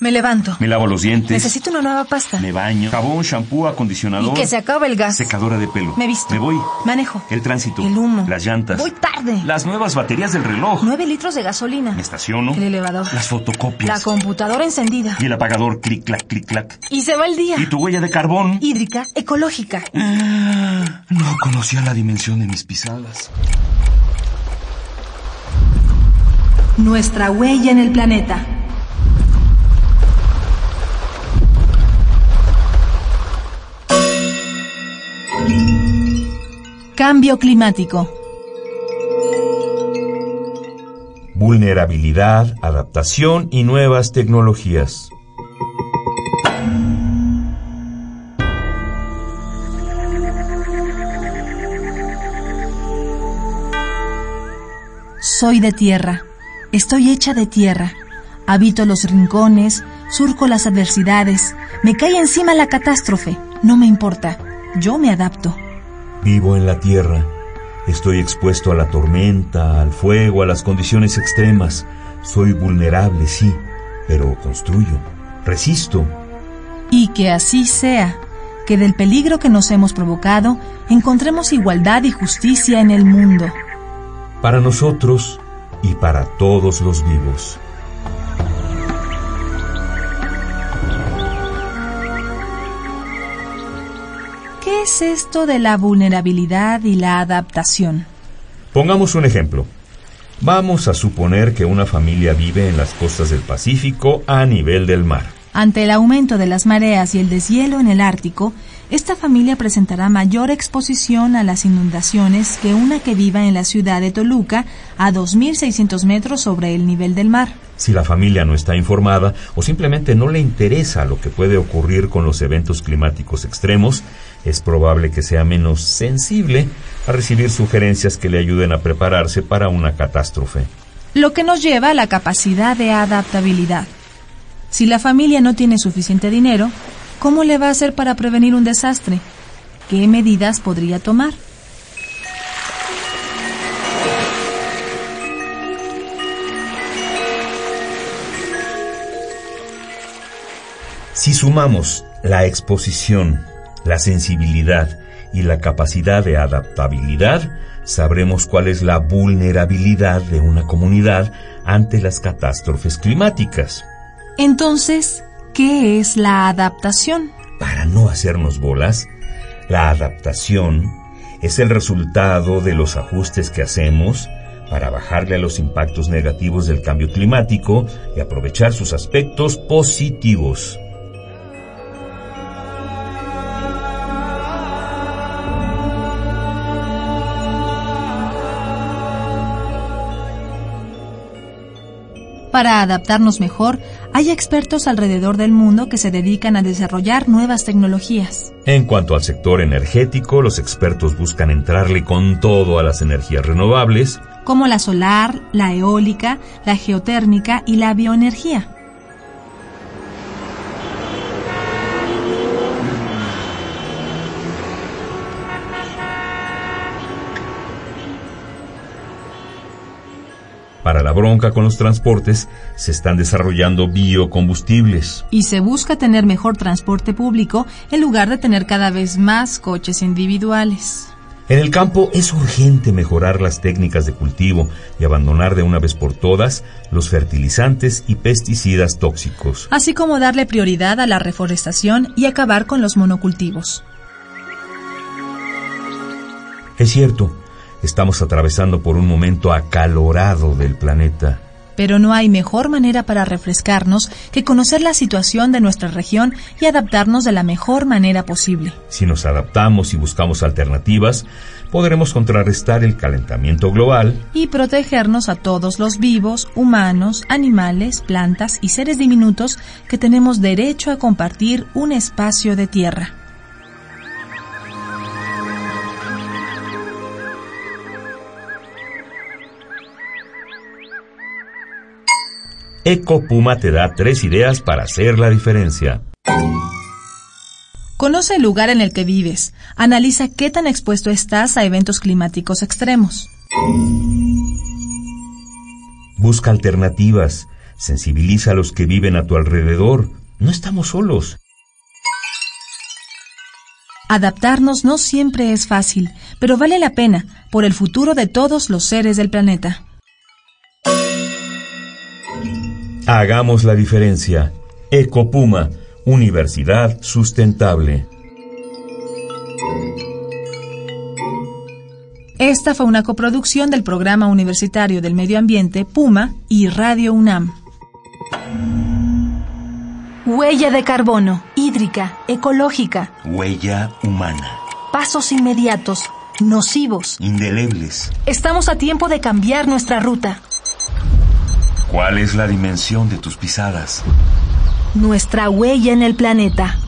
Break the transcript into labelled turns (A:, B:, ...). A: Me levanto.
B: Me lavo los dientes.
A: Necesito una nueva pasta.
B: Me baño. Jabón, shampoo, acondicionador.
A: Y que se acabe el gas.
B: Secadora de pelo.
A: Me visto.
B: Me voy.
A: Manejo.
B: El tránsito.
A: El humo.
B: Las llantas.
A: Voy tarde.
B: Las nuevas baterías del reloj.
A: Nueve litros de gasolina.
B: Me estaciono.
A: El elevador.
B: Las fotocopias.
A: La computadora encendida.
B: Y el apagador. Clic, clac, clic, clac.
A: Y se va el día.
B: Y Mm. tu huella de carbón.
A: Hídrica, ecológica.
B: No conocía la dimensión de mis pisadas.
C: Nuestra huella en el planeta. Cambio climático.
D: Vulnerabilidad, adaptación y nuevas tecnologías.
C: Soy de tierra. Estoy hecha de tierra. Habito los rincones, surco las adversidades. Me cae encima la catástrofe. No me importa. Yo me adapto.
D: Vivo en la tierra. Estoy expuesto a la tormenta, al fuego, a las condiciones extremas. Soy vulnerable, sí, pero construyo, resisto.
C: Y que así sea, que del peligro que nos hemos provocado encontremos igualdad y justicia en el mundo.
D: Para nosotros y para todos los vivos.
C: ¿Qué es esto de la vulnerabilidad y la adaptación?
D: Pongamos un ejemplo. Vamos a suponer que una familia vive en las costas del Pacífico a nivel del mar.
C: Ante el aumento de las mareas y el deshielo en el Ártico, esta familia presentará mayor exposición a las inundaciones que una que viva en la ciudad de Toluca a 2.600 metros sobre el nivel del mar.
D: Si la familia no está informada o simplemente no le interesa lo que puede ocurrir con los eventos climáticos extremos, es probable que sea menos sensible a recibir sugerencias que le ayuden a prepararse para una catástrofe.
C: Lo que nos lleva a la capacidad de adaptabilidad. Si la familia no tiene suficiente dinero, ¿cómo le va a hacer para prevenir un desastre? ¿Qué medidas podría tomar?
D: Si sumamos la exposición, la sensibilidad y la capacidad de adaptabilidad, sabremos cuál es la vulnerabilidad de una comunidad ante las catástrofes climáticas.
C: Entonces, ¿qué es la adaptación?
D: Para no hacernos bolas, la adaptación es el resultado de los ajustes que hacemos para bajarle a los impactos negativos del cambio climático y aprovechar sus aspectos positivos.
C: Para adaptarnos mejor, hay expertos alrededor del mundo que se dedican a desarrollar nuevas tecnologías.
D: En cuanto al sector energético, los expertos buscan entrarle con todo a las energías renovables,
C: como la solar, la eólica, la geotérmica y la bioenergía.
D: Para la bronca con los transportes, se están desarrollando biocombustibles.
C: Y se busca tener mejor transporte público en lugar de tener cada vez más coches individuales.
D: En el campo es urgente mejorar las técnicas de cultivo y abandonar de una vez por todas los fertilizantes y pesticidas tóxicos.
C: Así como darle prioridad a la reforestación y acabar con los monocultivos.
D: Es cierto, Estamos atravesando por un momento acalorado del planeta.
C: Pero no hay mejor manera para refrescarnos que conocer la situación de nuestra región y adaptarnos de la mejor manera posible.
D: Si nos adaptamos y buscamos alternativas, podremos contrarrestar el calentamiento global
C: y protegernos a todos los vivos, humanos, animales, plantas y seres diminutos que tenemos derecho a compartir un espacio de tierra.
D: Ecopuma te da tres ideas para hacer la diferencia.
C: Conoce el lugar en el que vives. Analiza qué tan expuesto estás a eventos climáticos extremos.
D: Busca alternativas. Sensibiliza a los que viven a tu alrededor. No estamos solos.
C: Adaptarnos no siempre es fácil, pero vale la pena por el futuro de todos los seres del planeta.
D: Hagamos la diferencia. Ecopuma, Universidad Sustentable.
C: Esta fue una coproducción del Programa Universitario del Medio Ambiente, Puma y Radio UNAM.
A: Huella de carbono, hídrica, ecológica,
B: Huella humana.
A: pasos inmediatos, nocivos.
B: Indelebles.
A: Estamos a tiempo de cambiar nuestra ruta,
B: ¿Cuál es la dimensión de tus pisadas?
A: nuestra huella en el planeta.